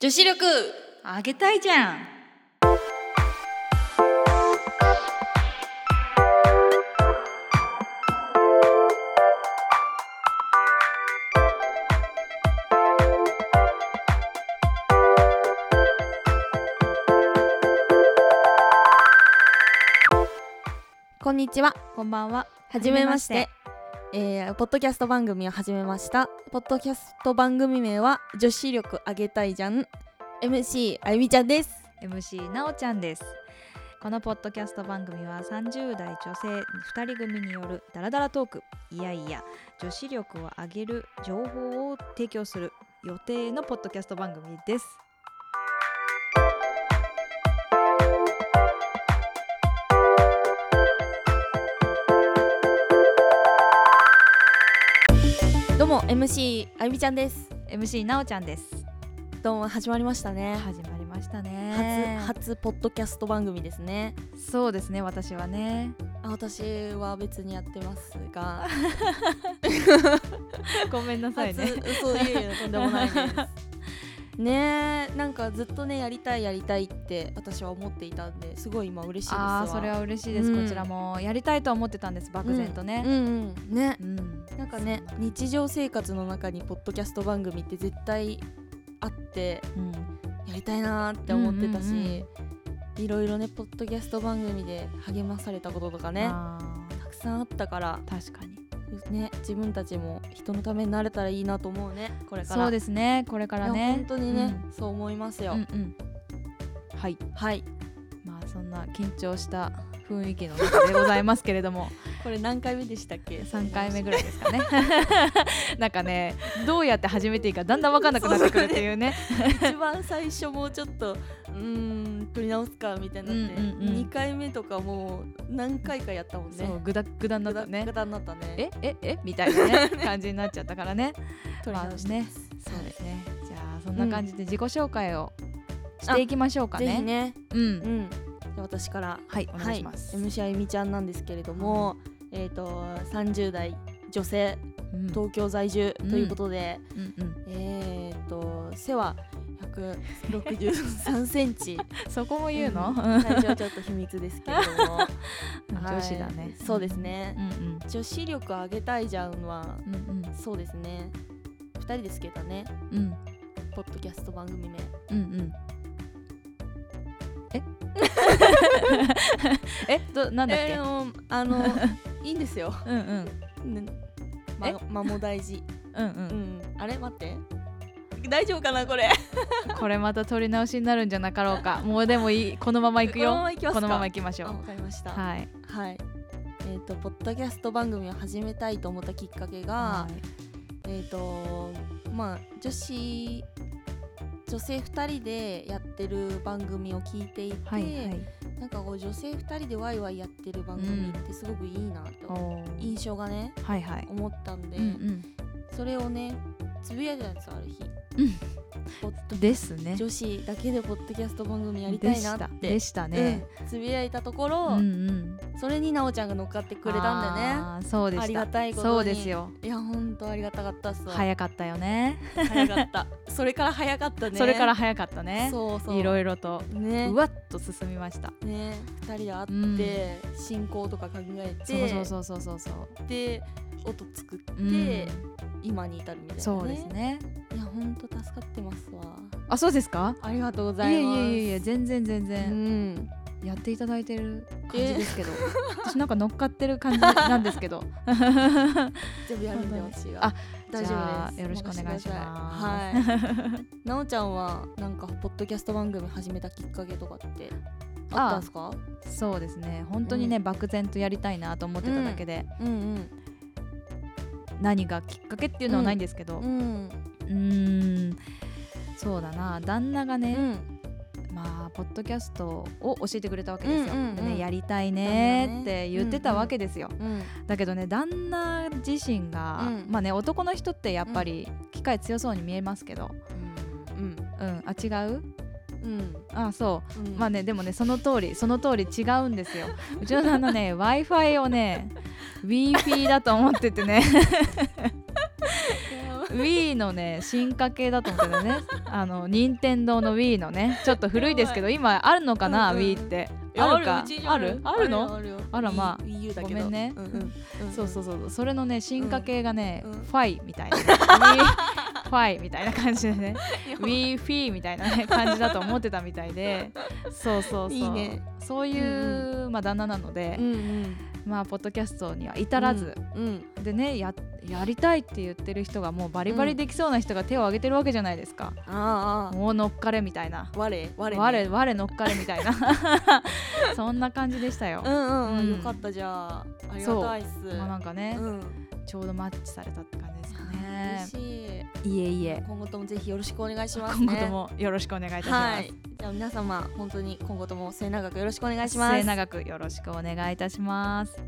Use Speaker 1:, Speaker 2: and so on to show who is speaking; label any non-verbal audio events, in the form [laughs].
Speaker 1: 女子力
Speaker 2: あげたいじゃん
Speaker 3: こんにちは。
Speaker 2: こんばんは
Speaker 3: はじめまして。えーポッドキャスト番組を始めました。ポッドキャスト番組名は女子力上げたいじゃん。MC あゆみちゃんです。
Speaker 2: MC なおちゃんですこのポッドキャスト番組は30代女性2人組によるダラダラトークいやいや女子力を上げる情報を提供する予定のポッドキャスト番組です
Speaker 3: どうも MC あゆみちゃんです。
Speaker 2: MC なおちゃんです
Speaker 3: どうも始まりましたね。
Speaker 2: 始まりましたね
Speaker 3: 初初ポッドキャスト番組ですね。
Speaker 2: そうですね私はね
Speaker 3: あ私は別にやってます
Speaker 2: [laughs]
Speaker 3: が、
Speaker 2: ごめんなさい
Speaker 3: 初
Speaker 2: ね
Speaker 3: そういうのとんでもな
Speaker 2: [laughs]
Speaker 3: いです。ねえなんかずっとねやりたいやりたいって私は思っていたんですごい今嬉し
Speaker 2: [laughs]
Speaker 3: いですわ
Speaker 2: あーそれは嬉しいです、
Speaker 3: うん
Speaker 2: こちらもやりたいとは思ってたんです漠然と
Speaker 3: う
Speaker 2: ね、
Speaker 3: んうんね
Speaker 2: うん
Speaker 3: なんかね日常生活の中にポッドキャスト番組って絶対あって
Speaker 2: うん
Speaker 3: やりたいなーって思ってたし、
Speaker 2: うんうん
Speaker 3: いろいろねポッドキャスト番組で励まされたこととかね
Speaker 2: あー
Speaker 3: たくさんあったから
Speaker 2: 確かに
Speaker 3: ね自分たちも人のためになれたらいいなと思うねこれから
Speaker 2: そうですねこれから
Speaker 3: いや
Speaker 2: ね
Speaker 3: 本当にね、そう思います
Speaker 2: う
Speaker 3: よ、
Speaker 2: ん、うんうんはい
Speaker 3: はい
Speaker 2: まあそんな緊張した雰囲気の中でございますけれども
Speaker 3: [laughs] これ何回目でしたっけ
Speaker 2: 3回目ぐらいですかね [laughs] なんかねどうやって始めていいかだんだん分かんなくなってくるっていうね
Speaker 3: 一番最初もうちょっとうーん取り直すかみたいになって、
Speaker 2: うんうんうん
Speaker 3: 2回目とかもう何回かやったもんね
Speaker 2: そうグダグダになったね
Speaker 3: ガタになったね
Speaker 2: えええみたいなね感じになっちゃったからね
Speaker 3: 取り直してます、
Speaker 2: そうですねじゃあそんな感じで自己紹介をしていきましょうか
Speaker 3: ぜひ
Speaker 2: ね,、
Speaker 3: ね、
Speaker 2: う
Speaker 3: うんん、じゃあ私から
Speaker 2: はいお願いします、
Speaker 3: はい、MC あゆみちゃんなんですけれども、えっ、と30代女性
Speaker 2: うん
Speaker 3: 東京在住ということで、
Speaker 2: うんうん
Speaker 3: えっ、と背は163センチ [laughs]
Speaker 2: そこも言うの、
Speaker 3: ん
Speaker 2: うん
Speaker 3: 体重はちょっと秘密ですけれど [laughs] も
Speaker 2: 女子だね、
Speaker 3: はいそうですね
Speaker 2: うんうん
Speaker 3: 女子力上げたいじゃんは
Speaker 2: うん
Speaker 3: そうですね2人ですけどね
Speaker 2: うんうん
Speaker 3: ポッドキャスト番組名
Speaker 2: うんうんえ [laughs] えどなんだっけ、
Speaker 3: えーうんあ [laughs] のいいんですよ、
Speaker 2: うんうん
Speaker 3: ねま
Speaker 2: え、
Speaker 3: 間も大事
Speaker 2: うん
Speaker 3: う
Speaker 2: うん
Speaker 3: ん、あれ待って大丈夫かなこれ
Speaker 2: これまた取り直しになるんじゃなかろうかもうでもいいこのまま行くよ
Speaker 3: このまま行きますか
Speaker 2: このまま行きましょ
Speaker 3: あ
Speaker 2: う
Speaker 3: わかりました
Speaker 2: はい
Speaker 3: はいえっ、とポッドキャスト番組を始めたいと思ったきっかけが、
Speaker 2: はい
Speaker 3: えっ、とまあ女子女性2人でやってる番組を聞いていて、
Speaker 2: はいはい
Speaker 3: なんかこう女性2人でワイワイやってる番組ってすごくいいな
Speaker 2: お
Speaker 3: と、
Speaker 2: ー
Speaker 3: 印象がね
Speaker 2: はいはい
Speaker 3: 思ったんで、
Speaker 2: うん
Speaker 3: それをねつぶやいてたんですよある日
Speaker 2: うんですね
Speaker 3: 女子だけでポッドキャスト番組やりたいなって
Speaker 2: でしたでしたね、
Speaker 3: うんつぶやいたところ、
Speaker 2: うんうん
Speaker 3: それになおちゃんが乗っかってくれたんだよね
Speaker 2: あーそうでした
Speaker 3: ありがたいことに
Speaker 2: そうですよ
Speaker 3: いやほんとありがたかったっすわ
Speaker 2: 早かったよね
Speaker 3: 早かったそれから早かったね
Speaker 2: それから早かったね
Speaker 3: そうそう
Speaker 2: いろいろと
Speaker 3: ね
Speaker 2: うわっと進みました
Speaker 3: ね二人で会って、進行とか考えて
Speaker 2: そうそうそうそうそうそう
Speaker 3: で音作って、
Speaker 2: うん
Speaker 3: 今に至るみたいな、ね、
Speaker 2: そうですね
Speaker 3: いやほんと助かってますわ
Speaker 2: あそうですか
Speaker 3: ありがとうご
Speaker 2: い
Speaker 3: ざ
Speaker 2: や
Speaker 3: い
Speaker 2: い
Speaker 3: ます
Speaker 2: やいやいや全然全
Speaker 3: う
Speaker 2: 然
Speaker 3: ん
Speaker 2: やっていただいてる感じですけ
Speaker 3: [laughs]
Speaker 2: ど私なんか乗っかってる感じなんですけどは
Speaker 3: 全部やるんで私が
Speaker 2: あ
Speaker 3: 大丈
Speaker 2: じゃ
Speaker 3: 夫
Speaker 2: あ
Speaker 3: です
Speaker 2: よろしくお願いします
Speaker 3: 任せてくださいはいなおちゃんはなんかポッドキャスト番組始めたきっかけとかってあったんですか
Speaker 2: そうですね本当にね、
Speaker 3: うん
Speaker 2: 漠然とやりたいなと思ってただけで、
Speaker 3: うん
Speaker 2: 何がきっかけっていうのはないんですけど
Speaker 3: うんうん
Speaker 2: うーんそうだな旦那が
Speaker 3: う
Speaker 2: ね、
Speaker 3: ん
Speaker 2: まあポッドキャストを教えてくれたわけですよ、
Speaker 3: うんうんうん
Speaker 2: でね、やりたいねって言ってたわけですよ、
Speaker 3: うん
Speaker 2: だけどね旦那自身が、
Speaker 3: うん
Speaker 2: まあね男の人ってやっぱり機械強そうに見えますけど
Speaker 3: うん
Speaker 2: うんあ違う
Speaker 3: うん
Speaker 2: あそう
Speaker 3: うん
Speaker 2: まあねでもねその通りその通り違うんですようちの旦那
Speaker 3: [laughs]
Speaker 2: ね w i f i をね w i f i だと思っててね Wii のね進化系だと思ってたねあの任天堂の Wii のねちょっと古いですけど今あるのかな、
Speaker 3: うんうん
Speaker 2: Wii って
Speaker 3: え
Speaker 2: あるか
Speaker 3: うちに
Speaker 2: あるあるの
Speaker 3: あるよるよ
Speaker 2: あらまあ
Speaker 3: Wii- Wii U だけ
Speaker 2: ご
Speaker 3: ど
Speaker 2: めんね
Speaker 3: うんうんうん
Speaker 2: そうそうそうそれのね進化系がね、
Speaker 3: うん
Speaker 2: ファイみた
Speaker 3: [laughs]
Speaker 2: いな Wii ファイみたいな感じでね
Speaker 3: いや
Speaker 2: Wii フィーみたいな、ね、感じだと思ってたみたい
Speaker 3: [laughs]
Speaker 2: でそうそうそう
Speaker 3: いいね
Speaker 2: そういう、まあ、旦那なので
Speaker 3: う、んうん
Speaker 2: まあポッドキャストには至らず、
Speaker 3: うん
Speaker 2: でねややりたいって言ってる人がもうバリバリできそうな人が手を挙げてるわけじゃないですか、
Speaker 3: ああああ
Speaker 2: もう乗っかれみたいな
Speaker 3: 我我ね
Speaker 2: 我我乗っかれみたいな [laughs] そんな感じでしたよ、
Speaker 3: うんう
Speaker 2: うん
Speaker 3: んよかったじゃあありがたいっす
Speaker 2: まあなんかね、
Speaker 3: うん
Speaker 2: ちょうどマッチされたって感じですかね
Speaker 3: 嬉しい
Speaker 2: いえいえ
Speaker 3: 今後ともぜひよろしくお願いしますね
Speaker 2: 今後ともよろしくお願いいたします、
Speaker 3: はいじゃあ皆様本当に今後とも末永くよろしくお願いします
Speaker 2: 末永くよろしくお願いいたします